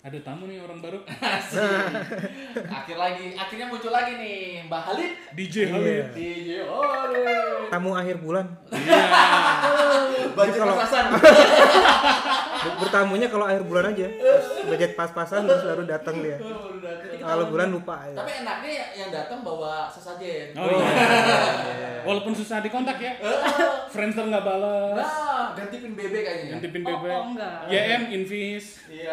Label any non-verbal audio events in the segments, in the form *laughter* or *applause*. Ada tamu nih orang baru. *laughs* Asik. Akhir lagi, akhirnya muncul lagi nih Mbak Halid Oh. DJ di Halil. di Yore. Iya. Tamu akhir bulan. Iya. Budget kalau- pas-pasan. Ber- Bertamunya kalau akhir bulan aja. Terus budget pas-pasan terus baru datang dia. Baru datang. Kita Kalau tahu. bulan lupa ya. Tapi enaknya ya- yang datang bawa ya. sesajen. Oh iya. Walaupun susah dikontak *laughs* ya. Friendster nggak balas. Nah, ganti pin bebek kayaknya. ya. Ganti pin Oh, bebek. Ya. oh, enggak. YM Invis. Iya.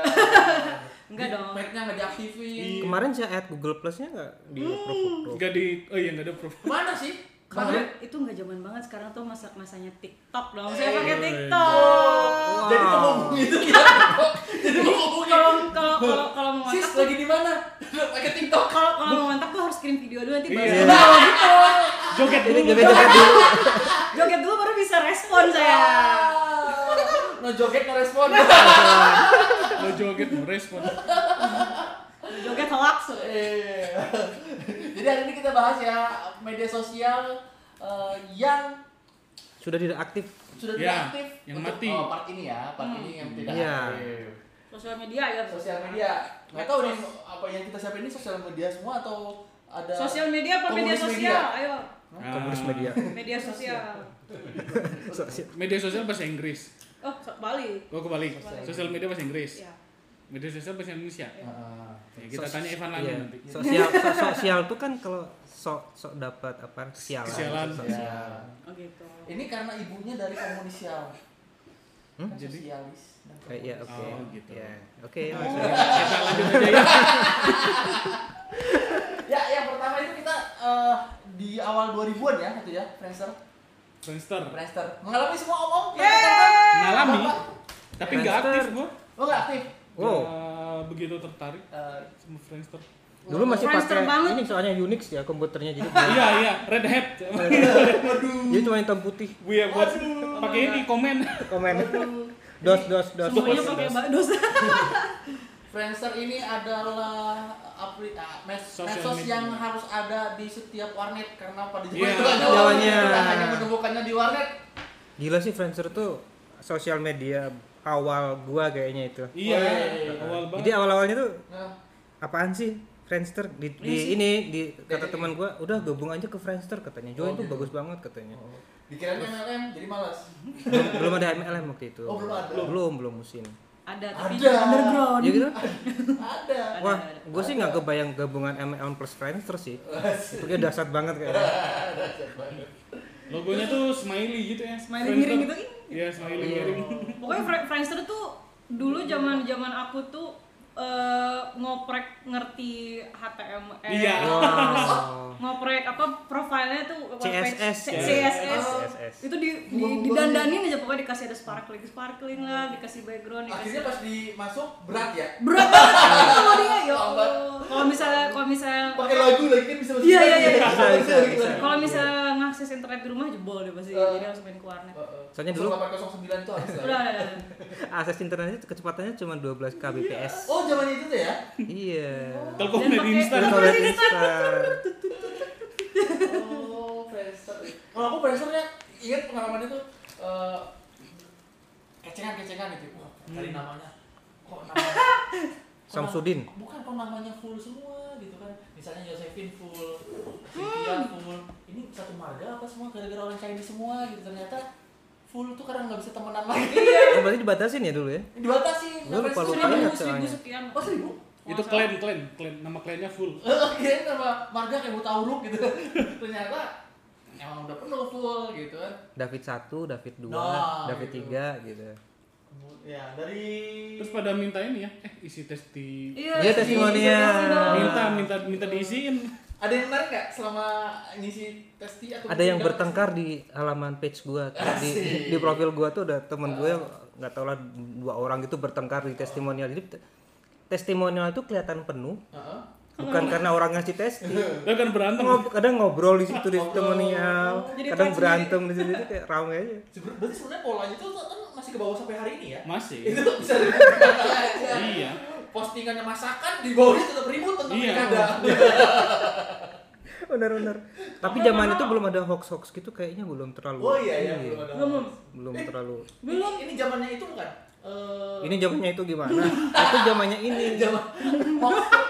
Enggak dong. Mic-nya nggak Iya. diaktifin. Kemarin saya add Google Plus-nya nggak di Hmm. approve approve. Nggak di oh iya nggak ada *laughs* proof. Kemana sih? Kalau Kemarin. itu nggak zaman banget sekarang tuh masa masanya TikTok dong. Eh. Saya pakai TikTok. Jadi ngomong itu kita. Jadi ngomong Kalau kalau kalau kalau mau Sis ngontak lagi di mana? *laughs* Pakai TikTok. kalau kalau mau ngontak tuh harus kirim video dulu nanti baru Iya. Joget Jadi dulu. joget-joget dulu. joget dulu baru bisa respon saya. Iya. No joget no respon. Iya. Lo joget mau respon. Oh. Joget hoax. Eh. Jadi hari ini kita bahas ya media sosial eh, yang Sudah tidak aktif. sudah Ya, tidak aktif yang untuk- mati. Hmm. Oh, part ini ya, part ini yang tidak Iya. aktif. Nah, Sosial media ya. Sosial media. Nggak tahu nih apa yang kita siapin ini sosial media semua atau ada Sosial media apa media Komunis sosial? Ayo. Komunis Ah, media. Media sosial. Media sosial bahasa Inggris. Oh, so- Bali. Oh kebalik. Kebalik. Sosial media bahasa Inggris. Ya. Media sosial bahasa Indonesia. Ah. Ya, kita tanya Evan lagi Iya. nanti. Sosial so- sosial tuh kan kalau sok sok dapat apa? Sialan. Sialan. Ya. Oh gitu. Ini karena ibunya dari komunisial. Hmm? Kan Jadi? sosialis dan Eh, Iya, komunis. oke. Oh, gitu. Iya. Oke, langsung. Kita lanjut aja ya. Ya, yang pertama itu kita eh, di awal 2000-an ya, itu ya, Friendster. Friendster. Friendster. Mengalami semua om-om. Yeay! Ngalami. Bapak. Tapi nggak aktif Friendster. gua. Lo nggak aktif? Wow. Nggak Ya, begitu tertarik Eh, sama Friendster. Dulu masih Friendster pakai banget. ini soalnya Unix ya komputernya jadi Iya iya. Red Hat. *laughs* Waduh. jadi cuma hitam putih Gue ya buat Aduh. pakai ini komen. komen. Dos dos dos. Semuanya dos, pakai dos. ba- dosa. Friendster ini adalah apli ah, mes- Social medsos media. yang harus ada di setiap warnet karena pada zaman Iya, itu kan jalannya. kita hanya menemukannya di warnet. Gila sih Friendster tuh sosial media awal gua kayaknya itu. Iya. Weh. Awal Jadi banget. awal-awalnya tuh Nah, apaan sih Friendster di, di Iya sih. ini di kata Dari- teman gua udah gabung aja ke Friendster katanya. Oh, Join tuh gitu. bagus banget katanya. dikirain MLM jadi *laughs* malas. Belum, belum ada MLM waktu itu. Oh, belum ada. Belum, belum musim. Ada tapi Ada. underground. Ya gitu. ada. Oh, Ada, Wah, ada. gua sih nggak kebayang gabungan MLM plus Friendster *laughs* sih. Pokoknya dasar banget kayaknya. Logonya tuh smiley gitu ya. Smiley Friendster. miring gitu. Iya smiley Iya. miring. Pokoknya Fri- Friendster tuh dulu zaman zaman aku tuh eh, ngoprek ngerti HTML. Iya. Wow. Ngoprek apa profilnya tuh apa, CSS. page- CSS. Oh. CSS. Itu di, di didandanin aja pokoknya dikasih ada sparkling sparkling lah, dikasih background, Akhirnya dikasih pas dimasuk berat ya. berat banget itu melodinya ya Lambat. Allah. Kalau misalnya kalau misalnya Pakai lagu lagi kan bisa masuk. Iya, iya, iya. Bisa, bisa, bisa. kalau misalnya ngakses internet di rumah jebol deh pasti. Eh. Jadi harus main ke warnet. Soalnya dulu- 0809 itu harus. Udah, ya. udah, udah. Akses internetnya kecepatannya cuma 12 kbps. Oh, zaman itu tuh ya. Iya. Telkom Dan dari pakai- instan. Iya. Toilet instan. Oh, Friendster. Kalau aku Friendsternya ingat pengalaman itu eh kecengan-kecengan itu. Wah, dari namanya. Kok namanya? kok *laughs* Samsudin. nama- bukan kok namanya full semua gitu kan. Misalnya Josephine full, Cynthia Hmm. full. Ini satu marga apa semua gara-gara orang Chinese semua gitu ternyata full tuh karena nggak bisa temenan *laughs* lagi. Oh, berarti dibatasin ya dulu ya? Dibatasi. Gua lupa- lupa Seribu, ingat seribu soalnya. sekian. Iya, Oh, seribu? Itu klan klan klan. Nama klannya full. Oke, nama marga kayak Mutauruk gitu. *laughs* ternyata emang udah penuh full gitu kan. David 1, David 2, Nah, David gitu. 3 gitu. Ya dari Terus pada minta ini ya. Eh isi tes di Iya, Dia seribu, testimonial. seribu, seribu. minta minta minta diisiin. ada yang menarik nggak selama ngisi testi atau Ada yang tidak? bertengkar di halaman page gua tuh. di di profil gua tuh ada temen gue nggak tau lah dua orang gitu bertengkar di testimonial. Jadi te- testimonial itu kelihatan penuh Heeh. bukan Hmm. karena orang ngasih testi. Dia kan berantem. Ngob- kadang ngobrol di situ di testimonial, Jadi kadang pacu berantem di situ itu kayak rame aja. Seben- berarti sebenarnya polanya itu kan masih ke bawah sampai hari ini ya itu Masih. tuh bisa dari mana aja *laughs* Iya. postingannya masakan di bawahnya tetap ribut tentang Iya. pilkada Benar-benar. Tapi zaman itu belum ada hoax-hoax gitu kayaknya belum terlalu. oh iya iya ini. belum ada Belum. Belum terlalu. belum ini zamannya itu bukan Eh, eh, Ini zamannya itu *laughs* gimana? itu zamannya ini. zaman hoax tuh,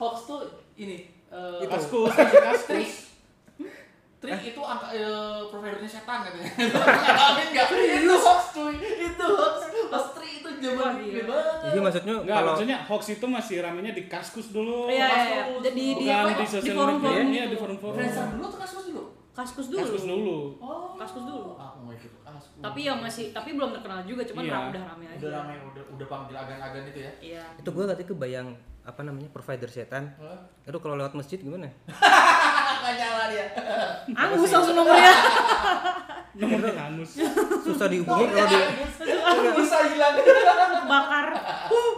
hoax tuh ini eh, Kaskus, kasih kaskus. trik itu angka eh, providernya setan *laughs* katanya ngalamin nggak itu hoax cuy itu hoax hoax trik itu zaman Wah, gede iya. banget Jadi maksudnya Enggak, kalau maksudnya hoax itu masih ramenya di kaskus dulu. Iya, iya, iya. Kaskus. Jadi di Bukan apa? di Di sosial media. forum-forum Iya, gitu. di forum-forum. Friendster dulu tuh kasus dulu Kaskus dulu. Kaskus dulu. oh Kaskus dulu. aku mau ikut kaskus Tapi ya masih tapi belum terkenal juga, cuman Iya. ra- udah rame aja. udah ramai udah udah panggil agan-agan itu ya Iya. itu gue tadi kebayang apa namanya provider setan. Hah? Hmm. Ah, Aduh kalau lewat masjid *laughs* gimana? nggak nyala dia Angus langsung nomornya. Nomornya hangus. Susah dihubungi kalau di *laughs* bisa hilang Bakar. Uh,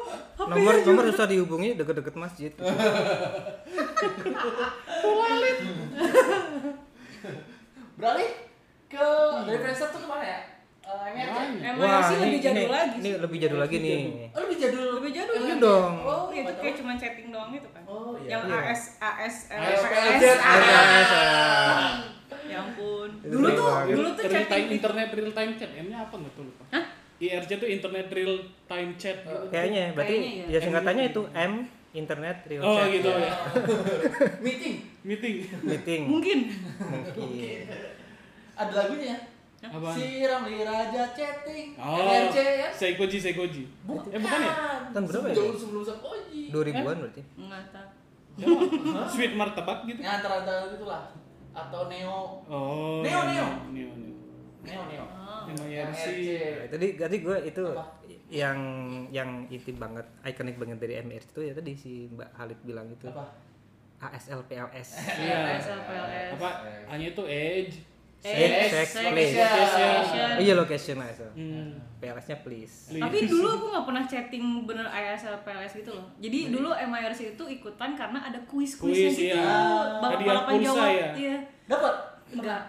nomor nomor susah dihubungi deket-deket masjid. gitu. beralih ke dari Friendster tuh kemana ya Eh, MRC. MRC lebih jadul lagi. Ini sih. lebih jadul lagi nih. Oh, lebih jadul. Lebih jadul. Emang Iya ya? dong. Oh, Iya, itu nggak kayak tahu. cuma chatting doang gitu kan. Oh, iya. Yang Iya. AS AS ASPLZ. LPS. ASPLZ. Ah. Ya ampun. Itu Dulu sering tuh banget. dulu tuh real time chatting di- internet real time chat. M-nya apa enggak tuh lupa. Hah? IRC itu internet real time Eh, chat. gitu. Kayaknya, berarti Kayaknya ya. ya singkatannya itu M internet real Oh iya, chat gitu ya. Meeting. Meeting. meeting. mungkin Mungkin. Ada lagunya. ya? Apaan? Si Ramli Raja chatting. Oh, NRC ya. Seikoji, Seikoji. Bukan. Eh, bukan ya? Tahun berapa ya? Jauh sebelum Oh, iya. Sakoji. 2000-an berarti. enggak tahu. Jangan. Sweet martabak gitu. Ya antara-antara gitulah. Atau Neo. Oh. Neo, Neo. Neo, Neo. Neo Neo. Ah. Yang IRC. Ya, tadi tadi gue itu Apa? yang yang itu banget ikonik banget dari MRC itu ya tadi si Mbak Halid bilang itu Apa? *laughs* ASLPLS Iya. PLS, LPLS. Apa? Hanya itu edge. Sex, sex, please. oh location. iya location ASL Hmm. PLS nya please Tapi dulu aku nggak pernah chatting bener ASL PLS gitu loh. Jadi dulu MIRC itu ikutan karena ada kuis-kuisnya Kuis, gitu. iya. Hadiah Balap-balapan pulsa jawab. ya? Iya. Dapat. Enggak.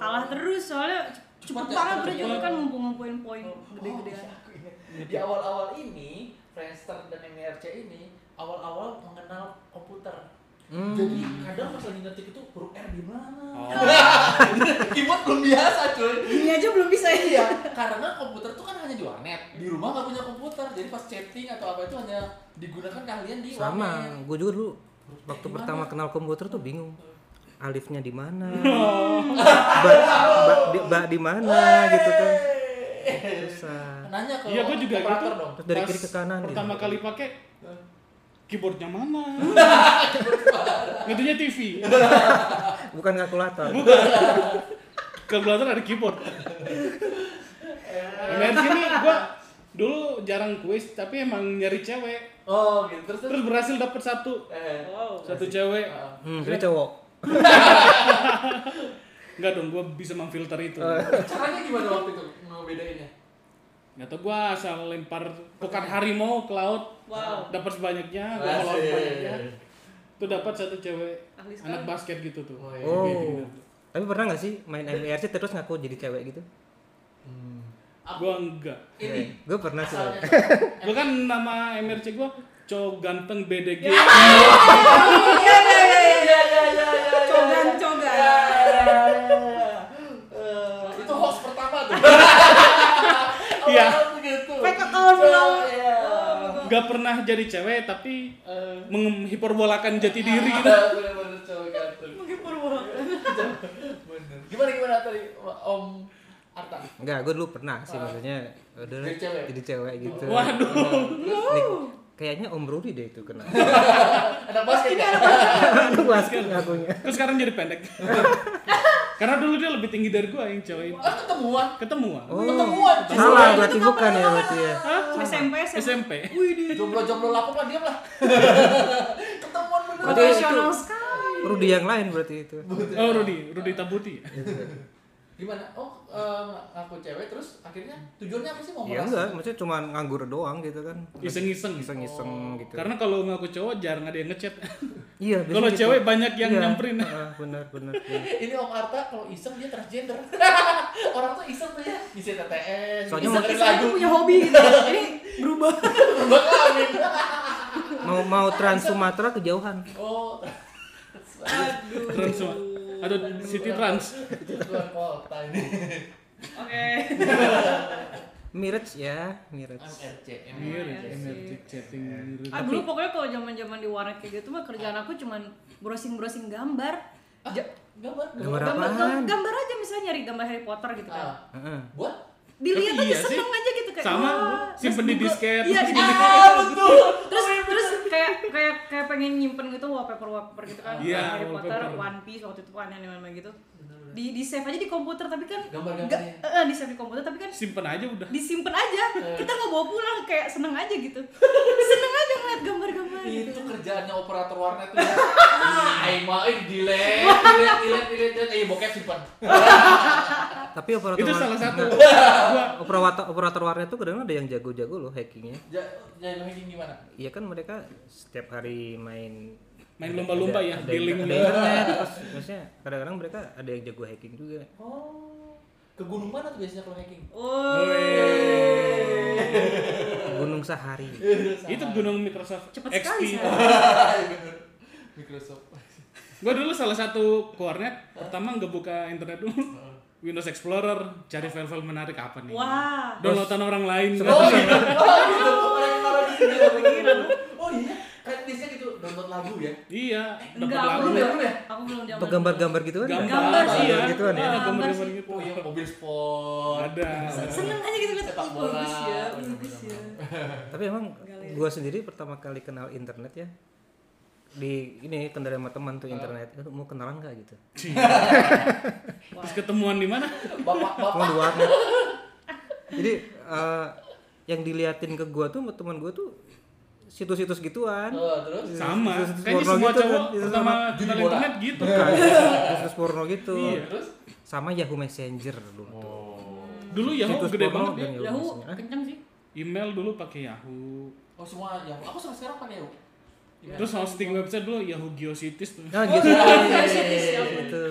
Kalah terus soalnya c- cepet banget bro cepet Oh, itu kan ngumpul-ngumpulin poin Gede-gede. gede-gedean. iya. Di awal-awal ini Friendster dan MRC ini awal-awal mengenal komputer. Jadi kadang pas lagi ngetik itu huruf R di mana? *laughs* Oh. Keyboard belum biasa cuy. Ini aja belum bisa ya? Iya, karena komputer tuh kan hanya di warnet. Di rumah nggak punya komputer, jadi pas chatting atau apa itu hanya digunakan kalian di sama warnet. gue juga dulu waktu pertama kenal komputer tuh bingung alifnya di *laughs* mana Iya. Oh. ba, ba, di, ba di mana gitu kan susah Nanya ke Iya, gua juga operator gitu. dong. Terus dari Pas kiri ke kanan gitu. Pertama kali pakai keyboardnya mana? *laughs* Ngetunya TV. bukan Iya. kalkulator Bukan. Kalkulator ada keyboard. MRC nih gua dulu jarang kuis tapi emang nyari cewek. Oh, gitu terus terus. Terus berhasil dapet satu. Eh, Wow. Satu cewek. hmm, jadi cowok Enggak dong, gua bisa memfilter itu. caranya gimana waktu itu ngebedainnya? Nggak tau gua asal lempar bukan harimau ke laut. Wow. Dapat sebanyaknya, gua ngelawan Asik. banyaknya. Tuh dapat satu cewek Ahli sekali. anak basket gitu tuh. Oh, iya. oh tapi pernah nggak sih main MRC terus ngaku jadi cewek gitu Aku Gua enggak. ini gue pernah sih Iya. asalnya *laughs* Gua kan nama MRC gua cowok ganteng BDG. Ya. Iya iya iya. Iya, iya, iya, iya, iya. Cogan Iya, cogan. iya, iya, iya. Eh, itu hoax pertama tuh. *laughs* Iya. Awal-awal gitu. Fake account, belum. Iya. Gak pernah jadi cewek tapi Eh, menghiperbolakan jati diri gitu. Ada bener-bener cowok ganteng. Mungkin perbuatan. Bener. Gimana gimana tadi Om Arta? Enggak, gue dulu pernah sih maksudnya udah Jadi cewek? jadi cewek gitu. Iya. Waduh. Nih, kayaknya Om Rudi deh itu kena. *laughs* Anak basket ya? Aduh, basket ngakunya. Terus sekarang jadi *laughs* pendek. Karena dulu dia lebih tinggi dari gua yang cewek itu. Ah ketemuan. Ketemu ah. Ketemuan. Oh, salah berarti bukan ya berarti ya. SMP SMP. SMP. Jomblo-jomblo laku mah diam lah. ketemuan bener. Berarti itu Profesional sekali. Rudi yang lain berarti itu. Oh Rudi, Rudi Tabuti. Gimana? Oh, em, ngaku cewek terus akhirnya tujuannya apa sih mau Ya Iya, merasa? enggak, maksudnya cuma nganggur doang gitu kan. Iseng-iseng. Iseng-iseng gitu. Karena kalau ngaku cowok jarang ada yang ngechat. iya, biasanya kalau gitu. cewek banyak yang Iya, nyamperin. heeh, benar benar. benar. *laughs* Ini Om Arta kalau iseng dia transgender. *laughs* Orang tuh iseng tuh ya bisa TTS, Soalnya bisa mau- dengerin Saya lagu, tuh punya hobi gitu. Jadi *laughs* berubah. berubah kelamin. Mau mau trans Sumatera kejauhan. Oh, Aduh. Trans semua. Atau City Trans. *laughs* itu luar kota ini. Oke. Mirage ya, Mirage. MRC Mirip, Iya sih. energetic chatting. mirip. Ah dulu pokoknya kalau zaman-zaman di warnet kayak gitu mah kerjaan aku cuman browsing-browsing gambar. Ah, Ja- gambar Gambar gambar, apaan? gambar aja misalnya nyari gambar Harry Potter gitu kan. Ah, Heeh. buat Dilihat Tapi aja iya seneng sih. aja gitu kayak. Sama, wah, simpen terus di buka- disket, Iya, terus di simpen di disket. ah betul Terus terus kayak kayak kayak pengen nyimpen gitu wallpaper wallpaper gitu kan Iya, Harry Potter, wallpaper. One Piece waktu itu kan anime anime gitu. Di di save aja di komputer tapi kan Gambar-gambarnya. nggak- eh, eh, di save di komputer tapi *laughs* kan Simpen aja udah. disimpan aja Eh. kita nggak bawa pulang kayak seneng aja gitu *laughs* seneng aja ngeliat gambar-gambar gitu itu kerjaannya operator warnet tuh ya. Ah, Aing main delete, delete, delete, delete, delete. Eh, bokep simpan. Tapi operator Itu war- salah *laughs* satu. Nah, Gua- operator operator warnet tuh kadang ada yang jago-jago loh hackingnya. Ja- Jadi hacking gimana? Iya kan mereka setiap hari main Main lomba-lomba ya, ada, dealing. ada internet, terus maksudnya kadang-kadang mereka ada yang jago hacking juga. Oh, ke gunung mana tuh biasanya kalau hacking? oh Gunung Sahari. Itu gunung Microsoft Cepet sekali, *laughs* XP. Shay. Bener. *laughs* Microsoft. Oh, Gua dulu salah satu kornet pertama nggak buka internet dulu. Windows Explorer, cari file-file menarik apa nih? wah Downloadan orang lain. Oh gitu. Oh gitu. Orang yang taruh di sini nggak kepikiran. Oh iya, kan biasanya gitu download lagu ya. Iya, dapat enggak aku lagu. lagu ya, belum lu ya? aku belum zaman Untuk gambar-gambar gitu kan. Gambar, Gambar sih, iya. gitu kan ya. Ah, Gambar Gambar-gambar sih. gitu. Oh iya, mobil sport. Ada. seneng aja gitu liat Sepak oh, bagus bola. ya bagus ya Tapi emang gua sendiri pertama kali kenal internet ya di ini kendaraan sama teman tuh internet "Eh, mau kenalan nggak gitu Terus ketemuan di mana? Bapak-bapak. Emang di *laughs* warnet. Jadi eh, yang diliatin ke gua tuh sama teman gua tuh situs-situs gituan. Oh, terus Sama. Situs-situs Kayaknya porno semua gitu cowok kan, situs pertama kenal sama- judi bola. internet gitu. Iya. situs porno gitu. terus Sama Yahoo Messenger dulu tuh. Dulu Yahoo Situs gede porno banget ya. dan Yahoo Yahoo Messenger. kenceng sih Email dulu pakai Yahoo. oh semua ya. Aku sampai sekarang pakai ya. Iya. Terus hosting website dulu Yahoo Geocities tuh. Nah, *laughs* gitu. ya ampun. gitu.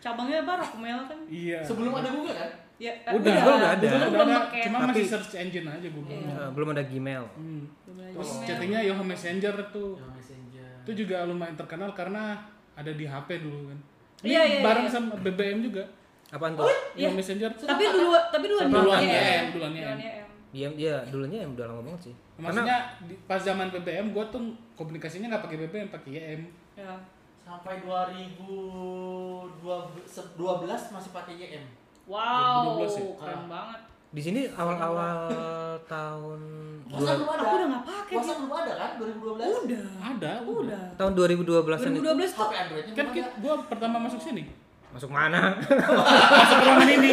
cabangnya apa Rockmail kan Iya. Sebelum ada Google kan? ya eh, Udah, udah ada. Dulu Cuma udah belum ada, pakai Iya. cuma masih Tapi- search engine aja Google. Eh, belum ada Gmail. Hmm. Belum ada Terus Gmail. chattingnya Yahoo Messenger tuh. Ya. Yang Ya, Messenger. Itu juga lumayan terkenal karena ada di HP dulu kan. Ini Iya, iya, bareng iya. sama BBM juga. Apaan tuh? Iya. Yahoo Messenger tapi dulu tapi dulu ada Duluan IM. IM, duluan IM. Duluan IM. Iya, iya, dulunya yang udah lama banget sih. Karena Maksudnya di- pas zaman BBM gua tuh komunikasinya nggak pakai BBM, pakai YM. ya Sampai 2012 masih pakai YM. wow 2012 ya? keren banget di sini *laughs* awal-awal tahun WhatsApp belum ada. aku udah nggak pakai WhatsApp belum ada kan 2012? udah Ada, udah. udah tahun 2012-an itu 2012 tuh HP Androidnya Kan belum ki- ada. gua pertama masuk sini. masuk mana? *laughs* Masuk ruangan ini.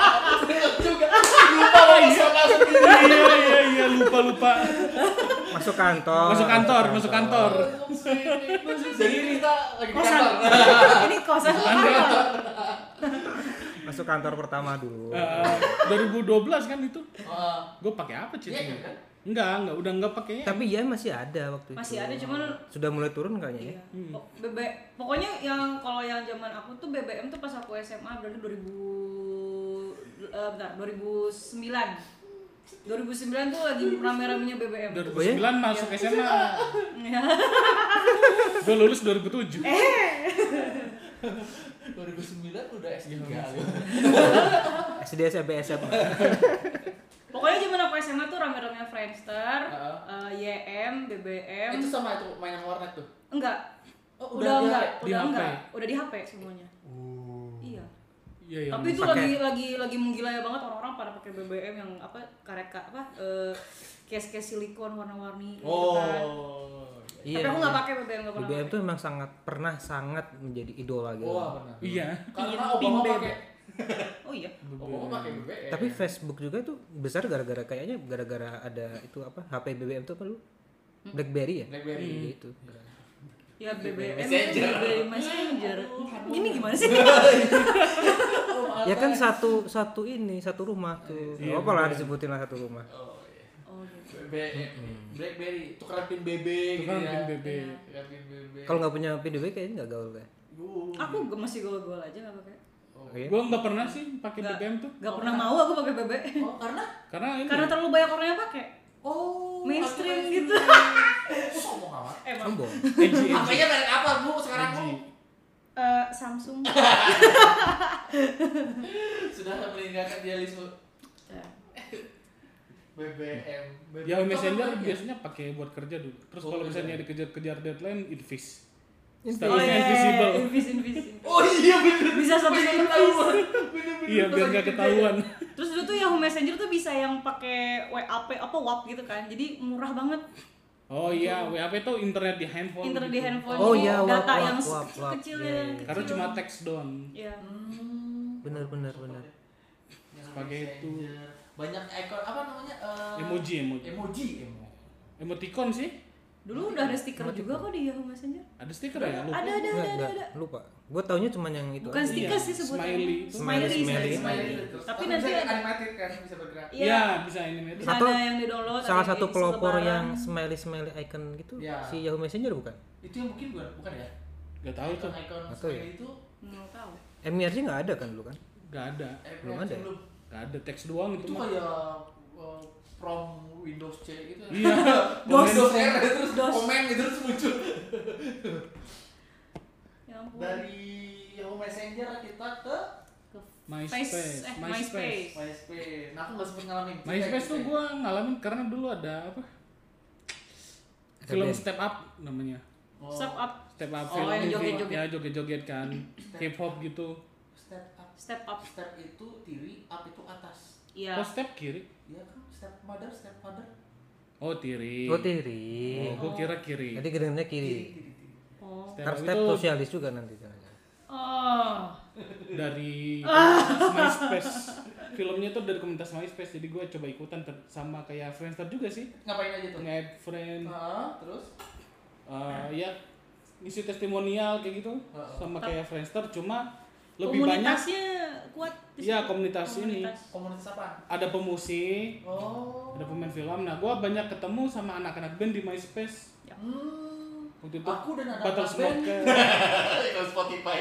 *laughs* juga lupa personal sendiri. iya, iya, iya, lupa lupa. Masuk kantor. Masuk kantor, masuk kantor. Jadi kita lagi di kosan *laughs* kantor. ini kosan Masuk kantor pertama dulu. Eh, 2012 kan itu. Heeh. Gua pakai apa YM Iya, chattingnya? kan? Enggak, enggak, udah enggak pakai YM. Tapi ya masih ada waktu itu. masih ada cuman Sudah mulai turun kayaknya ya? iya. Po- BB- pokoknya yang kalau yang zaman aku tuh BBM tuh pas aku SMA berarti 2000 eh, bentar 2009 2009 tuh lagi rame-ramenya BBM 2009 Oh, iya? masuk SMA. Ya. Gue lulus 2007. Eh. 2009 udah S3 SD, SMP, *laughs* SMA. pokoknya zaman aku SMA tuh rame-ramenya Friendster Heeh. eh, YM BBM Itu sama itu mainan warnet tuh. enggak Oh, udah, udah Di di HP? enggak udah HP? enggak udah di HP semuanya iya Iya, yang tapi itu pakai- lagi lagi lagi menggila ya banget orang-orang pada pakai BBM yang apa karet ka- apa eh, case-case silikon warna-warni gitu kan. Oh. Iya, tapi aku nggak pakai BBM nggak pernah BBM pakai. tuh memang sangat pernah sangat menjadi idola gitu. Wah, benar. Iya. Karena Pin- pin Obama BB. pakai oh iya Obama pakai BBM. Tapi Facebook juga tuh besar gara-gara kayaknya gara-gara ada itu apa HP BBM tuh apa lu? Hmm. BlackBerry ya? BlackBerry. Iya, itu. ya BBM Messenger. BBM messenger ini gimana sih Ya kan satu satu ini satu rumah tuh. Iya, apa lah disebutin lah satu rumah. Oh, iya. oh gitu BBM. BlackBerry tukeran pin BB gitu Tukeran ya. pin BB. Tukeran pin BB. Kalau nggak punya PDB kayaknya nggak gaul kayak. Yuh. aku ge- masih gol-gol aja nggak pakai Oke. Gue nggak pernah sih pakai BBM tuh. nggak pernah mau aku pakai BBM Oh, karena Karena ini eh, karena terlalu banyak orang yang pakai oh, Mainstream aku- gitu. Aku sombong amat. emang Sombong. edgy, edgy, *laughs* Apanya merek apa, Bu? Sekarang Bu edgy. Eh, *laughs* Samsung sudah meninggalkan idealisme. Ya. BBM. Ya Messenger Apa namanya? biasanya pakai buat kerja dulu. Terus Oh, kalau iya. misalnya dikejar-kejar deadline, invis. Invis. Oh, Statusnya iya, invisible. invis, invis, invis. *laughs* Oh iya bener. Bisa satu Bener, detik. Bener-bener. Iya Terus biar lagi nggak kerja. ketahuan. Terus dulu tuh Yahoo Messenger tuh bisa yang pakai WAP apa WAP gitu kan. Jadi murah banget Oh iya, WAP itu internet di handphone. internet di gitu. handphone. Oh, Jadi iya, WAP, data WAP, yang WAP, WAP. kecil-kecil Iya, yang iya. Karena kecil. cuma teks doang. Iya. Hmm. Bener, bener, bener. Yang Sebagai itu. Messenger. Banyak ekor apa namanya? eh, Oh. Emoji, emoji. Emoji, emo. Emoticon sih. Dulu udah ada stiker juga kok di Yahoo Messenger. Ada stiker ya? Lupa. Ada ada Enggak, ada enggak. ada. Lupa. Gue taunya cuman yang itu. Bukan aja. stiker Iya, sih sebutnya. smiley. Smiley, Smiley, smiley. smiley. Terus, Tapi nanti bisa ada- animated kan bisa bergerak. Iya, Iya. bisa animated. Bisa Atau ada yang di Iya. download. Salah satu pelopor yang smiley smiley icon gitu Ya. si Yahoo Messenger bukan? Itu yang mungkin bukan, bukan ya? Gak tahu tuh. Icon-icon Nggak tahu ya. seperti itu Nggak tahu. MIRC nggak ada kan dulu kan? Gak ada. eh, Belum ada ya? Gak ada teks doang itu. Itu mah. kayak eh, from Windows C gitu. *laughs* Iya. Komen Komen. Windows R terus Dos. komen gitu terus muncul. Ya ampun. Dari Yahoo Messenger kita ke Ke MySpace. eh, MySpace. MySpace. MySpace. Nah, aku nggak sempet ngalamin. Cerita MySpace ya, tuh cerita ya. gue ngalamin karena dulu ada apa? Ada Film band. Step Up namanya. Oh, Step up, Step Up Oh, film yang itu. joget-joget. Ya joget-joget kan. Hip hop gitu. Step up. step up. Step itu tiri, up itu atas. Iya. Kok Oh, step kiri? Iya kan? Step mother, step father. Oh Iya. tiri. Oh tiri. Oh, gue kira kiri. Jadi gedengannya Tiri, kiri. tiri, tiri. Oh. Step Harus Up step itu sosialis juga nanti caranya. Oh. *laughs* dari komunitas MySpace. Filmnya tuh dari komunitas MySpace, jadi gue coba ikutan ter- sama kayak Friendster juga sih. Ngapain aja tuh? Nge-add friend, Heeh, terus? eh, ya isi testimonial kayak gitu, Heeh. sama kayak Friendster, cuma lebih banyak Komunitasnya kuat. di Iya, situ. komunitas ini. Komunitas apa? ada pemusik, Oh. ada pemain film. Nah, gue banyak ketemu sama anak-anak band di MySpace. Hmm. Waktu itu Aku dan anak Battle band. Smoker. Ikut Spotify.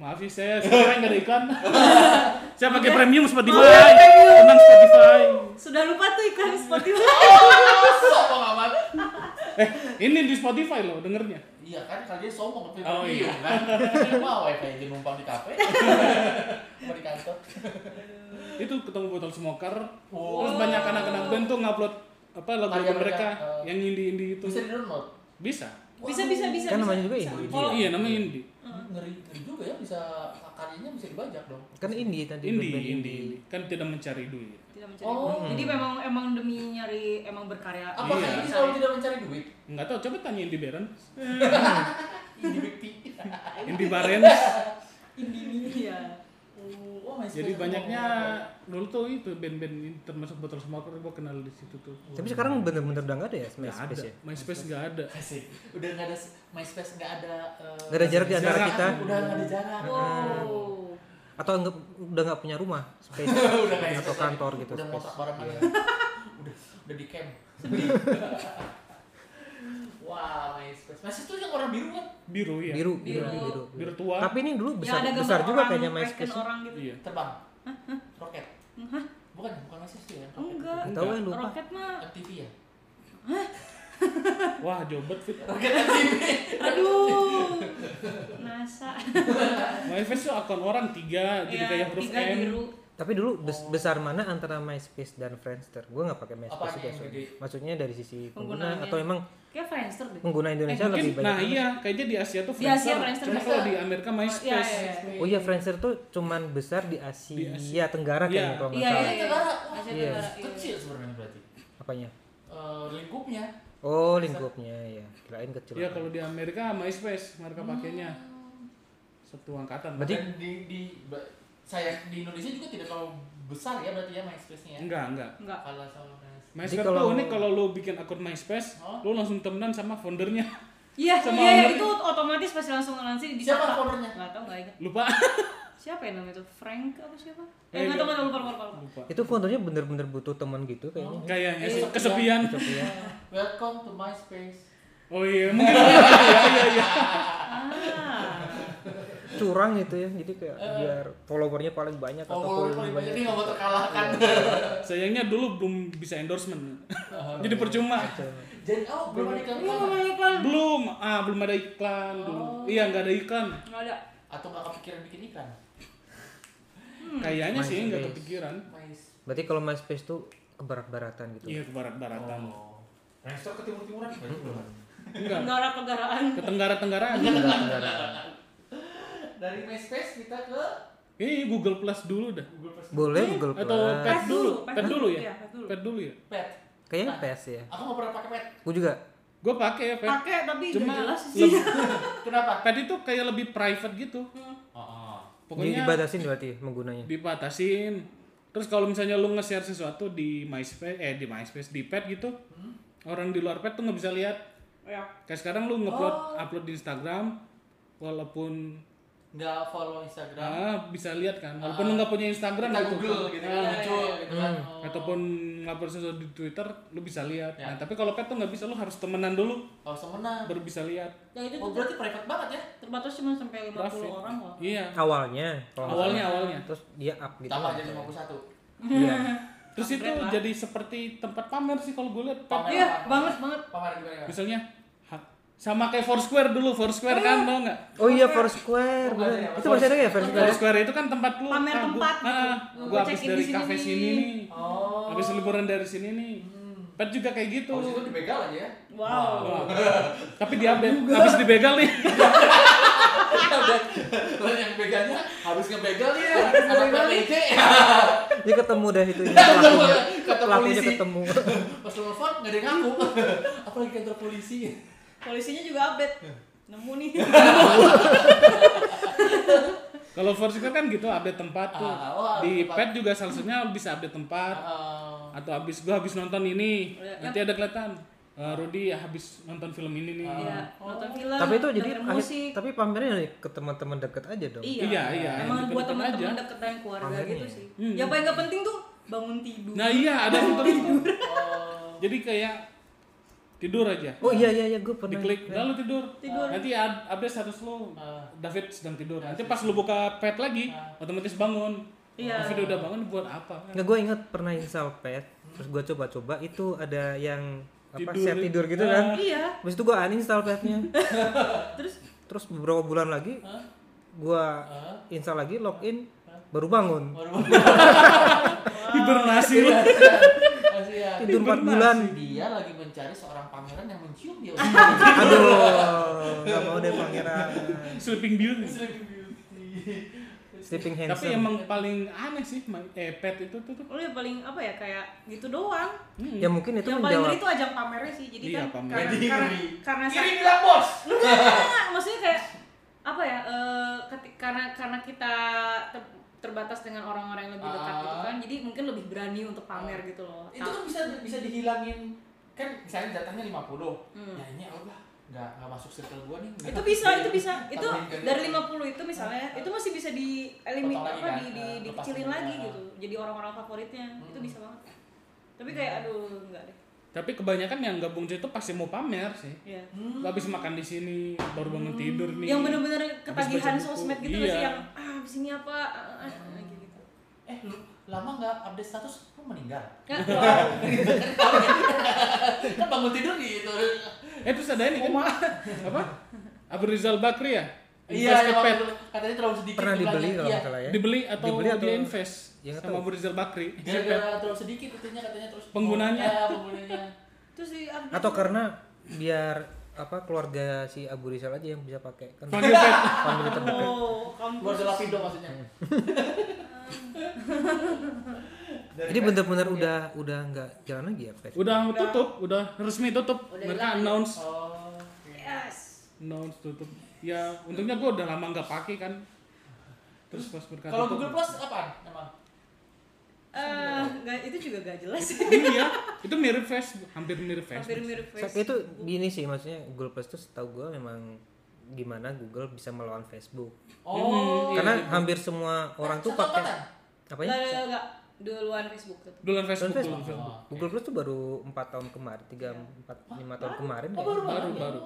Maaf sih saya, sekarang nggak ada *laughs* iklan. saya pakai premium Spotify, tenang Spotify. Sudah lupa tuh iklan Spotify. Sombong amat. Eh, ini di Spotify loh dengernya. Iya kan, kalian sombong tapi Oh, iya. kan. Mau wifi aja numpang di kafe. Mau di kantor. itu ketemu botol smoker Oh. terus banyak anak-anak band tuh ngupload apa lagu Karya mereka, mereka eh. yang indie indie itu Bisa di download. bisa Bisa bisa bisa. Kan bisa, namanya juga bisa. Oh, indie. Kalau iya namanya indie Ngeri, ngeri juga ya bisa karyanya bisa dibajak dong. Kan indie tadi indie band-band indie indie. kan tidak mencari duit tidak mencari. Oh. Jadi memang emang demi nyari emang berkarya. Apakah Iya. ini gitu kalau tidak mencari duit? nggak tahu coba tanya indie Baren Ini bukti. Ah, ya? indie Baren *laughs* Iya. Oh, main jadi sepeda. banyaknya dulu tuh itu band-band ini, termasuk botol smoker gua kenal di situ tuh Tapi sekarang bener-bener udah nggak ada ya nggak ada MySpace ya? MySpace nggak ada Asik. *laughs* Udah nggak ada MySpace, nggak ada. eh, Nggak ada jarak di antara Jarak. kita Udah nggak ada jarak. Wow. atau nggak udah nggak punya rumah space *laughs* udah kayak atau space kantor lagi. gitu udah space. ngontrak bareng aja udah udah di camp *laughs* wah MySpace MySpace tuh yang orang biru kan biru ya Biru, biru, Biru. biru, biru tua Tapi ini dulu Yang besar ada besar gambar juga orang, kayaknya icon MySpace. ya. orang gitu. iya terbang roket bukan bukan MySpace tuh ya roket. Enggak. Nggak Tahu ya lupa. Roket mah. MTV ya wah jobet *laughs* fit roket MTV Aduh. NASA. MySpace tuh akun orang tiga jadi Iya, kayak huruf tiga M biru. Tapi dulu bes- besar mana antara MySpace dan Friendster? Gua nggak pakai Apanya MySpace juga yang soalnya. gede? Maksudnya dari sisi pengguna Penggunaannya. atau emang Kayak Friendster deh. pengguna Eh, Indonesia mungkin, lebih banyak? kan? nah iya, kayaknya di Asia tuh Di Asia Friendster. Friendster. Cuma kalau di Amerika MySpace. Iya, iya, iya. Oh iya Friendster tuh cuman besar di Asia, Tenggara Iya. kayaknya kalau nggak Iya, salah. iya, iya. Negara. Asia Iya. Tenggara. iya. kecil sebenarnya berarti Apanya? Eh, lingkupnya Oh lingkupnya ya, kirain kecil. Iya, kalau di Amerika MySpace mereka Hmm. pakainya. Satu angkatan. Berarti- dan di di ba- saya di Indonesia juga tidak terlalu besar ya berarti ya MySpace-nya ya enggak, enggak. Enggak. kalah sama MySpace MySpace Jadi kalau- tuh unik kalau lu bikin akun MySpace, Oh. lu langsung temenan sama foundernya. *laughs* Iya, Sama iya, owner. itu otomatis pasti langsung nanti bisa. Siapa ownernya? Enggak tahu, enggak ingat. Lupa. Siapa yang namanya itu? Frank apa siapa? Eh, Eh, enggak tahu, enggak tahu, lupa, lupa, lupa. Lupa. Itu foundernya bener-bener butuh teman gitu kayaknya. Kayaknya Iya. ya, kesepian. Welcome to MySpace. Oh *laughs* iya, mungkin Ah. Curang gitu ya, jadi kayak biar followernya paling banyak atau Follower follower paling banyak. banyak Iya. ini nggak mau terkalahkan. sayangnya dulu belum bisa endorsement. Jadi percuma. *laughs* Jadi oh belum ada iklan Iya, nggak ada iklan. Belum, ah belum ada Oh. iklan dulu. Iya, enggak ada iklan. Enggak ada. atau nggak kepikiran bikin iklan? Kayaknya sih nggak MySpace. kepikiran. MySpace. Berarti kalau MySpace tuh kebarat-baratan gitu. Iya ke barat-baratan. Oh. Friendster ke timur-timuran nih banyak banget. Enggak, negara kegaraan ke tenggara-tenggaraan. Kebarat-baratan. Dari MySpace kita ke Ih, Google Plus dulu dah. Google Plus Boleh ya, Google Atau Plus. pet dulu, pet dulu ya. Iya, pet dulu. Pet dulu ya. Pet. Kayaknya Nah, PES ya. Aku nggak pernah pakai pet. Gue juga. Gue pakai ya pet. pakai tapi Cuma nggak jelas sih lebih, Kenapa? pet itu kayak lebih private gitu. Oh, oh. Jadi Pokoknya dibatasin berarti ya menggunanya. dibatasin terus kalau misalnya lu nge-share sesuatu di MySpace eh di MySpace di pet gitu orang di luar pet tuh nggak bisa lihat ya kayak sekarang lu ngupload upload di Instagram walaupun Nggak follow Instagram. ah, bisa lihat kan walaupun lu nggak punya Instagram Kita gitu Google gitu kan muncul gitu kan. Oh. ataupun ngupload sesuatu di Twitter lu bisa lihat nah Ya. tapi kalau pet tuh nggak bisa lu harus temenan dulu Harus temenan. baru bisa lihat yang itu Oh tuh berarti private banget ya? terbatas cuma sampai 50 Profit. orang loh iya Awalnya. kalau nggak awalnya salah. awalnya Terus dia up gitu. Tambah jadi 51 Iya. terus itu Upgrade lah. jadi seperti tempat pamer sih kalau gue lihat pet Pamer. iya banget banget Pamer juga ya? misalnya ha- sama kayak Foursquare dulu Foursquare kan tau nggak Oh iya Foursquare. Oh, ada ya, bener. Itu masih ada ya Foursquare? Foursquare itu kan tempat lu Pamer ah, gua- tempat gitu. ah, Gua gua habis check-in dari di sini kafe nih. Hmm. sini nih Oh. habis liburan dari sini nih pet juga kayak gitu Oh, Habis iya. itu dibegal aja ya? wow Wah. tapi di update habis dibegal nih *laughs* Iya, Udah, Lo yang begalnya harus ngebegal Iya. ya. Anak PPC. Dia ketemu dah itu. Ketemu- Pelakunya. kata Pelakunya polisi. ketemu. Pas lo nelfon nggak ada yang ngaku. *laughs* Apalagi kantor polisi. polisinya juga update nemu nih kalau Foursquare kan gitu update tempat tuh Ah, oh, update di tempat. pet juga salah satunya bisa update tempat Oh. atau habis gua habis nonton ini Ah. Iya. nanti ada kelihatan eh, Rudy habis nonton film ini nih Iya, nonton film Tapi itu jadi dengerin akhir- musik tapi pamernya ke teman-teman deket aja dong. Iya, Iya, iya, Emang yang buat deket-deket teman-teman aja. deket dan keluarga Pamernya. gitu sih. Yang paling gak penting tuh bangun tidur. nah iya ada nonton itu Oh. jadi kayak tidur aja Oh iya iya iya gue pernah. diklik udah lu tidur. Tidur. nanti ad- update status lu Ah. David sedang tidur nanti pas lu buka pet lagi otomatis bangun Iya. David udah bangun buat apa Nggak gue inget pernah install pet, terus gue coba-coba itu ada yang apa Tidur. share tidur gitu kan. Iya. Habis itu gue uninstall *laughs* petnya. Terus terus beberapa bulan lagi gue install lagi login baru bangun. Baru baru- *laughs* hibernasi lu Eh, Kasihan. Tidur 4 bulan. Dia lagi mencari seorang pangeran yang mencium *laughs* dia. Aduh, nggak mau deh pangeran. sleeping beauty Sleeping Beauty. Sleeping tapi handsome. emang paling aneh sih ma- eh, pet itu tuh, tuh. lu yang paling apa ya kayak gitu doang. ya mungkin itu yang paling menjawab. ngeri tuh ajang pamernya sih. Jadi Iya, kan pamer. karena Jadi karena, ngeri. karena Ini sa- bilang bos. Enggak, enggak, enggak. maksudnya kayak apa ya? eh, keti- karena karena kita ter- terbatas dengan orang-orang yang lebih dekat gitu Ah. kan. Jadi mungkin lebih berani untuk pamer gitu loh. Itu kan bisa bisa dihilangin kan misalnya datanya 50. Ya ini Allah nggak nggak masuk circle gua nih. nggak Hmm. itu masuk bisa dia. itu bisa itu Tambahin ke dia. dari 50 itu misalnya itu masih bisa di eliminate Potong lagi apa kan? di, di Nah, dikecilin lepasin. lagi Nah. gitu jadi orang-orang favoritnya itu bisa banget tapi kayak aduh enggak deh tapi kebanyakan yang gabung itu pasti mau pamer sih ya Lu habis makan di sini baru bangun tidur nih yang bener-bener ketagihan baca buku. sosmed gitu nggak Iya. sih yang ah abis ini apa ah, ah, ah, gitu Eh lu lama nggak update status lu meninggal. Nggak, kalau- kan bangun tidur gitu. eh terus ada ini kan *laughs* apa Abu Rizal Bakri ya Iya, Invest ke yang pet waktu katanya terlalu sedikit pernah jumlahnya. dibeli Iya. kalau nggak salah ya. dibeli atau Dibeli atau- dia invest Ya, nggak sama tahu. Abu Rizal Bakri Gara-gara terlalu sedikit itunya katanya terus Penggunanya. Iya, penggunanya. terus di update Atau karena biar apa keluarga si Abu Rizal aja yang bisa pakai kan panggil pet family terdekat. oh kamu Keluarga Lapido maksudnya. Hmm. Dari Jadi bener-bener udah udah nggak jalan lagi ya pet. udah tutup udah resmi tutup Udah mereka hilang. announce Oh. yes announce tutup ya untungnya gue udah lama nggak pakai kan terus pas mereka Kalau tutup, Google Plus apaan emang? eh nggak itu juga gak jelas sih iya itu mirip Facebook hampir mirip hampir Facebook mirip Sa- Facebook itu gini sih maksudnya Google Plus tuh setahu gue memang gimana Google bisa melawan Facebook. Oh. Iya, Karena iya. hampir semua orang tuh Satu pakai angkatan? apa nggak ya? nggak, nggak duluan Facebook tuh duluan Facebook Duluan duluan Facebook. Facebook Google Plus tuh baru 4 tahun kemarin, 3 4 5 tahun kemarin Oh, ya. baru Iya. baru banget. baru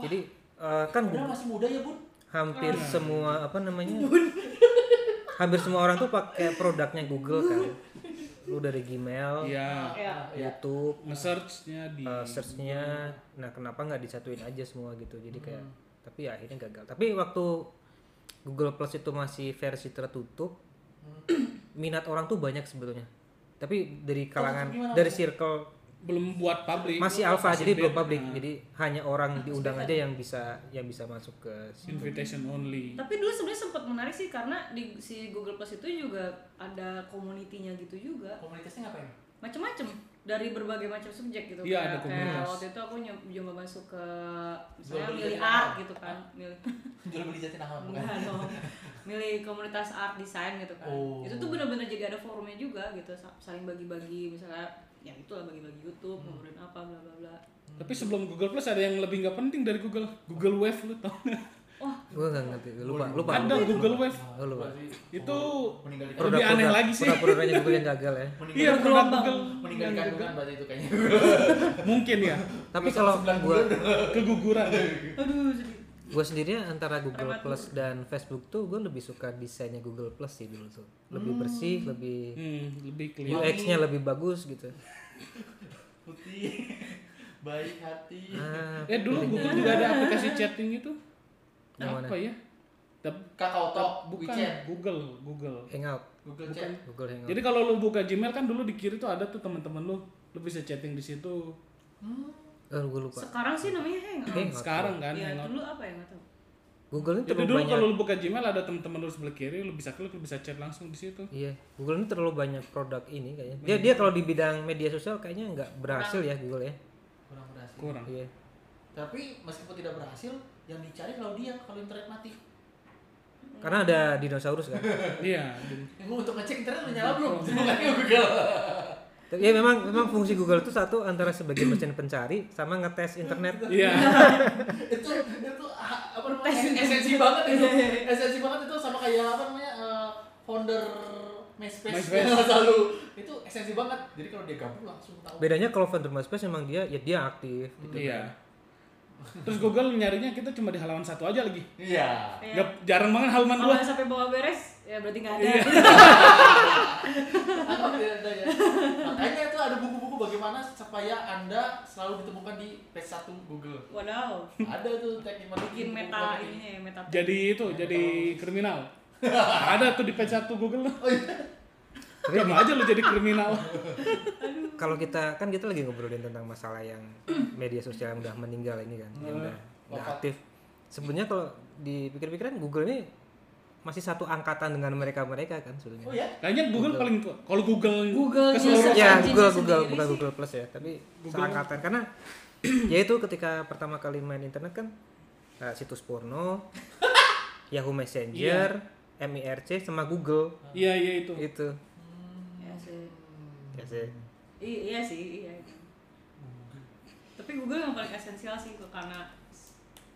Jadi eh, kan Padahal Google- masih muda ya, Bun. hampir Iya. semua apa namanya? hampir semua orang tuh pakai produknya Google *laughs* kan. Lu dari Gmail, iya ya YouTube, nge-searchnya di eh, searchnya nah kenapa nggak disatuin aja semua gitu jadi kayak Hmm. tapi ya akhirnya gagal tapi waktu Google Plus itu masih versi tertutup Hmm. minat orang tuh banyak sebetulnya. Tapi dari kalangan gimana? dari circle belum buat publik masih alpha jadi belum publik. beta. Jadi hanya orang diundang aja yang bisa yang bisa masuk ke situ. invitation only Tapi dulu sebenarnya sempat menarik sih karena di si Google Plus itu juga ada komunitinya gitu juga. Komunitasnya ngapain? Macem-macem dari berbagai macam subjek gitu. Iya, Kayak- ada komunitas. Kayak waktu itu aku nyob- nyoba masuk ke misalnya Jual beli milih jaringan. art gitu kan, milih *laughs* Jual beli Jatinangor bukan? enggak dong. Milih komunitas art design gitu kan. Oh. Itu tuh bener-bener jadi ada forumnya juga gitu, sa- saling bagi-bagi misalnya ya itulah bagi-bagi YouTube, ngobrolin apa bla bla bla. tapi sebelum Google Plus ada yang lebih nggak penting dari Google Google Wave lu tau nggak? Wah, Gue nggak ngerti, lupa, lupa. ada lupa. Google Wave Oh, lupa. itu meninggalkan Lebih aneh Produk-produk- lagi sih. Produk-produknya Google yang gagal *laughs* ya. iya meninggalkan produk Gelombang. Google meninggalkan bukan berarti itu kayaknya. mungkin ya Tapi kalau gue keguguran aduh sedih. gue sendirinya antara Google Plus dan Facebook tuh gue lebih suka desainnya Google Plus sih dulu tuh lebih bersih lebih hmm, lebih clear UX-nya lebih bagus gitu Putih. *laughs* Baik hati. ah eh dulu Google juga ada aplikasi chatting itu Yang apa ya Tapi Kakao Talk, bukan WeChat, Google Google Hangout Google Chat. Google Hangout jadi kalau lu buka Gmail kan dulu di kiri tuh ada tuh teman-teman lu lu bisa chatting di situ eh gue lupa Sekarang sih namanya Hangout. Hangout. sekarang kan Ya, Hangout. dulu apa ya nggak tahu. Google ini Jadi terlalu dulu banyak kalau lu buka Gmail ada teman-teman lu sebelah kiri, lu bisa klik, lu bisa chat langsung di situ. iya Google ini terlalu banyak produk ini kayaknya dia dia kalau di bidang media sosial kayaknya nggak berhasil ya Google ya Kurang berhasil. Kurang. iya Tapi meskipun tidak berhasil, yang dicari kalau dia kalau internet mati. karena ada dinosaurus kan Iya. dulu. Gue untuk ngecek internet udah nyala belum? Bukannya Google. *laughs* Tapi ya memang memang fungsi Google itu satu antara sebagai mesin pencari sama ngetes internet Iya. itu itu ah, apa namanya esensi banget itu Iya, esensi banget itu sama kayak apa namanya eh, founder MySpace, MySpace. *laughs* yang selalu itu esensi banget jadi kalau dia gabung langsung tahu bedanya kalau Founder Space memang dia ya dia aktif gitu Iya. Terus Google nyarinya kita cuma di halaman satu aja lagi. iya Iya. Nggak, jarang banget halaman Kalau dua. nggak sampai bawa beres, ya berarti nggak ada. Iya. Anggap tidak ada ya. makanya itu ada buku-buku bagaimana supaya anda selalu ditemukan di page 1 Google *laughs* Wadaw, ada tuh teknik marketing, bikin buku-buku meta Iya. marketing. ini ya, meta. Jadi itu jadi kriminal. ada tuh di page satu Google. iya. Sama aja lu jadi kriminal. kalau kita kan kita lagi ngobrolin tentang masalah yang media sosial yang udah meninggal ini kan yang udah Hmm, nggak wafat. aktif sebenarnya kalau dipikir-pikiran Google ini masih satu angkatan dengan mereka mereka kan oh sebenarnya ya Kayaknya Google paling tua. Kalau Google Google keseluruhan User ya Google Google engine-nya sendiri bukan sih. Google Plus ya tapi seangkatan karena *clears throat* ya itu ketika pertama kali main internet kan eh, situs porno *laughs* Yahoo Messenger Iya. MIRC sama Google Iya, iya itu. itu Ya sih. Iya. ya sih I- iya sih, iya. Tapi Google yang paling esensial sih kok karena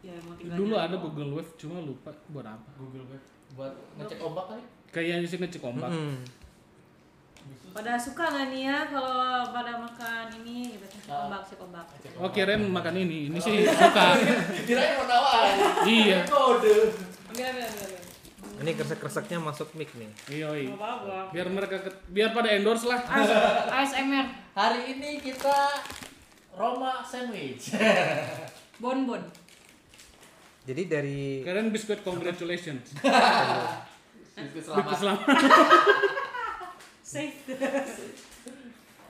ya mau tinggal. Dulu nyari ada doang. Google Wave cuma lupa buat apa. Google Web buat ngecek ombak kali *laughs* Kayaknya sih ngecek ombak. Mm-mm. Pada suka nggak nih ya kalau pada makan ini gitu, Ah. ombak sih ombak. Ngecek ombak. Nah. Oke Ren Oh, makan ini, ini sih suka. kirain mau nawarin Iya. kode Enggak, enggak, enggak. enggak. ini kresek-kreseknya masuk mic nih Iya, iya. Nggak apa-apa. Biar mereka ket- biar pada endorse lah. AS- ASMR, hari ini kita Roma sandwich bonbon. jadi dari Keren biskuit congratulations. Selamat. Selamat. *laughs* Safe.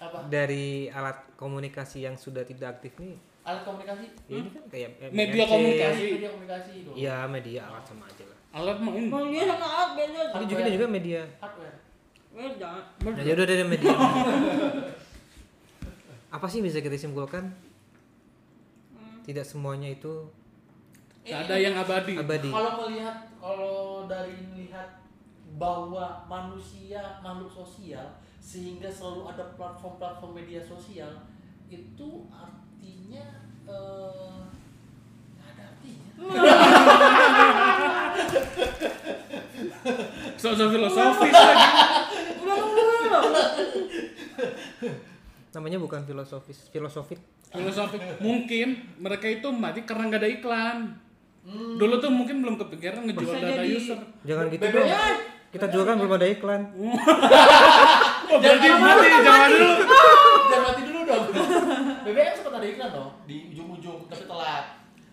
Apa? dari alat komunikasi yang sudah tidak aktif nih Alat komunikasi? ya ini kan kayak Media MNC. Iya. komunikasi. Kasih media komunikasi dong. ya media alat sama aja lah Alat main. Mau dia sama alat beda. tapi juga juga media Hardware. Beda. nah, ya udah dari media apa sih bisa kita simpulkan tidak semuanya itu Gak ada yang abadi. abadi Kalau melihat kalau dari melihat bahwa manusia makhluk sosial sehingga selalu ada platform-platform media sosial itu artinya eh, nggak ada artinya. Oh, Sosok filosofis lagi. Udah dulu. namanya bukan filosofis filosofik Filosofis. Mungkin mereka itu mati karena nggak ada iklan. Dulu tuh mungkin belum kepikiran ngejual Bisa data jadi. user. jangan gitu BBM. dong kita juga kan belum ada iklan Oh, berarti mati jangan dulu. Jangan mati dulu dong. BBM sempat ada iklan loh di ujung-ujung tapi telat.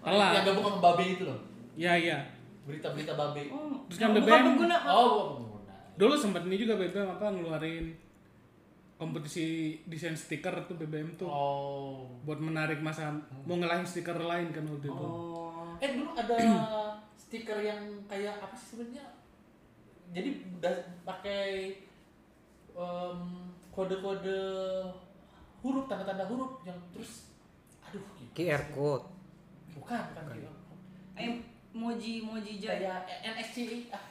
Telat. Yang gabung sama babe itu loh. Ya ya. Berita-berita babe. Oh, Terus yang bukan BBM. pengguna. Oh, bukan pengguna. Dulu sempat ini juga BBM apa ngeluarin kompetisi desain stiker tuh BBM tuh Oh. buat menarik masa mau ngelahin stiker lain kan waktu itu. Oh. Eh dulu ada *clears throat* stiker yang kayak apa sih sebenarnya? Jadi udah pakai em, kode-kode huruf tanda-tanda huruf yang terus aduh gitu. QR code Bukan, bukan. gitu. Em, moji moji jaya. Kayak NSCI ah,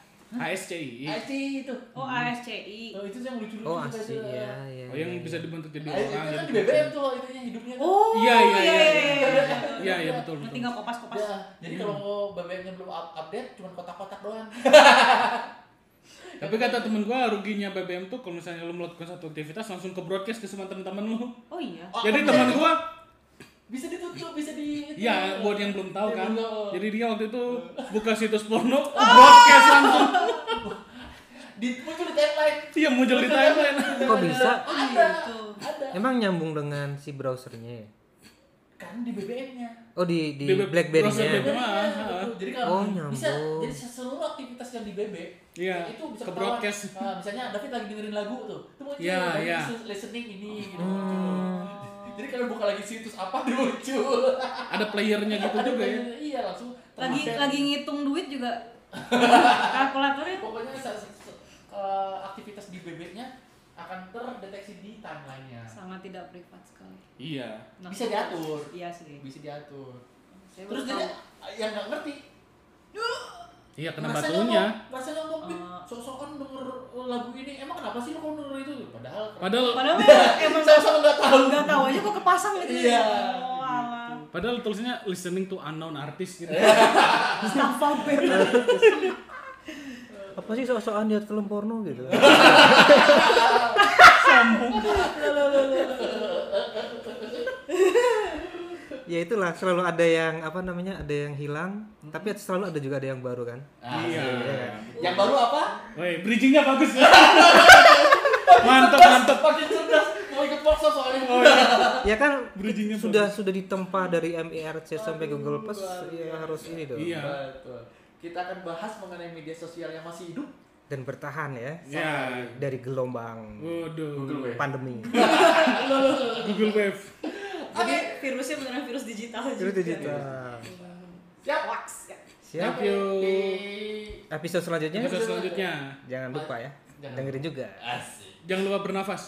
ASCI. ASCI itu. Oh Hmm. ASCI. Oh, itu yang lucu-lucu oh juga asli itu. ya ya Oh, yang bisa dibentuk jadi Ah, orang. itu gitu. kan jadi di BBM tuh itunya hidupnya. kan. tuh. Oh Iya, iya, iya, iya, iya, iya. Iya, iya betul Nanti betul. nggak kopas kopas. Ya, jadi Hmm. kalau BBM-nya belum up- update, cuma kotak-kotak doang. Tapi kata temen gua ruginya BBM tuh kalau misalnya lu melakukan satu aktivitas langsung ke broadcast ke semua teman-teman lu. Oh iya. Oh, Jadi bisa teman di- gua bisa ditutup, bisa di ya buat yang belum tahu Iya, kan. belum tahu. Ah! Jadi dia waktu *laughs* itu buka situs porno broadcast langsung. di muncul di timeline. Iya muncul di timeline. iya. kok bisa Oh Ada. gitu. Ada. emang nyambung dengan si browsernya ya? Kan di BBM-nya. oh di di Di web- browser blackberry-nya BBM. ah, kan? Jadi Oh, kalau nyambung. bisa jadi seluruh aktivitas yang di BB Iya, itu bisa ke ketahuan. broadcast. Nah, misalnya David lagi dengerin lagu tuh. Itu muncul Iya, David iya. listen- listening ini gitu. Jadi kalau buka lagi situs apa *laughs* dia muncul. Ada playernya gitu Ada juga ya. playernya, Iya, langsung Lagi termasuk- lagi ngitung duit *laughs* juga. Kalkulatornya. pokoknya sa- sa- sa- eh, aktivitas di BB-nya akan terdeteksi di timelinenya. Sangat tidak privat sekali. Iya. Nah, Bisa diatur. Iya sih. Bisa diatur. Saya Terus baru jadi tahu. yang nggak ngerti Iya kena Rasanya batunya. ngomong- Rasanya ngomong, "Bib, Ah. sosokan denger lagu ini, emang kenapa sih lo kalau denger itu? Padahal Padahal Padahal emang *laughs* emang sama-sama nggak tahu. nggak tahu aja kok kepasang gitu. ya. Iya. Oh, alah. padahal tulisannya listening to unknown artist gitu. Eh, Mustafa Beb. apa sih sok-sokan lihat film porno gitu ya itulah selalu ada yang apa namanya ada yang hilang tapi selalu ada juga ada yang baru kan Iya. Yang baru apa? Woi, bridgingnya *laughs* bagus. mantap, mantap. Makin cerdas, mau ikut paksa soalnya. Oh, iya. ya kan Bridgingnya sudah sudah ditempa dari MIRC sampai Google Plus baru. ya harus ini Gitu. dong Iya. Betul. Kita akan bahas mengenai media sosial yang masih hidup. dan bertahan ya Iya. dari gelombang Waduh. Google Wave. pandemi Google Wave. Jadi virusnya beneran virus digital juga. itu digital Siap. Wax ya. siap Thank you. Di- episode selanjutnya Episode selanjutnya. jangan lupa ya Jangan dengerin juga Asik. Jangan lupa bernafas.